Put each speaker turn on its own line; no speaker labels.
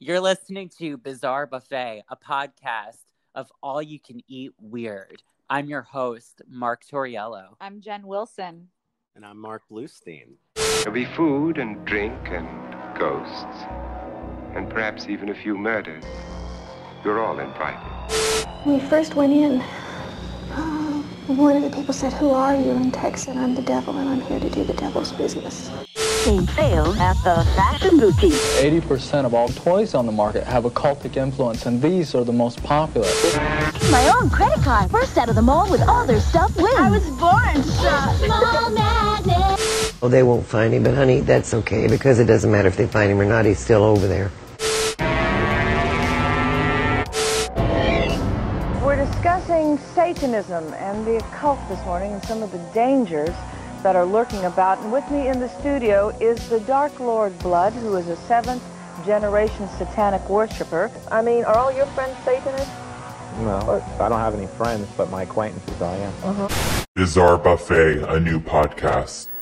You're listening to Bizarre Buffet, a podcast of all you can eat weird. I'm your host, Mark Torriello.
I'm Jen Wilson.
And I'm Mark Bluestein.
There'll be food and drink and ghosts, and perhaps even a few murders. You're all invited.
When we first went in, uh, one of the people said, Who are you? And Tex said, I'm the devil and I'm here to do the devil's business.
Same sales at the fashion boutique.
80% of all toys on the market have a cultic influence, and these are the most popular.
My own credit card. First out of the mall with all their stuff wins. I was born Small magnet.
Well, they won't find him, but honey, that's okay because it doesn't matter if they find him or not. He's still over there.
We're discussing Satanism and the occult this morning and some of the dangers that are lurking about. And with me in the studio is the Dark Lord Blood, who is a seventh generation satanic worshiper. I mean, are all your friends Satanists?
No, I don't have any friends, but my acquaintances I am.
Bizarre Buffet, a new podcast.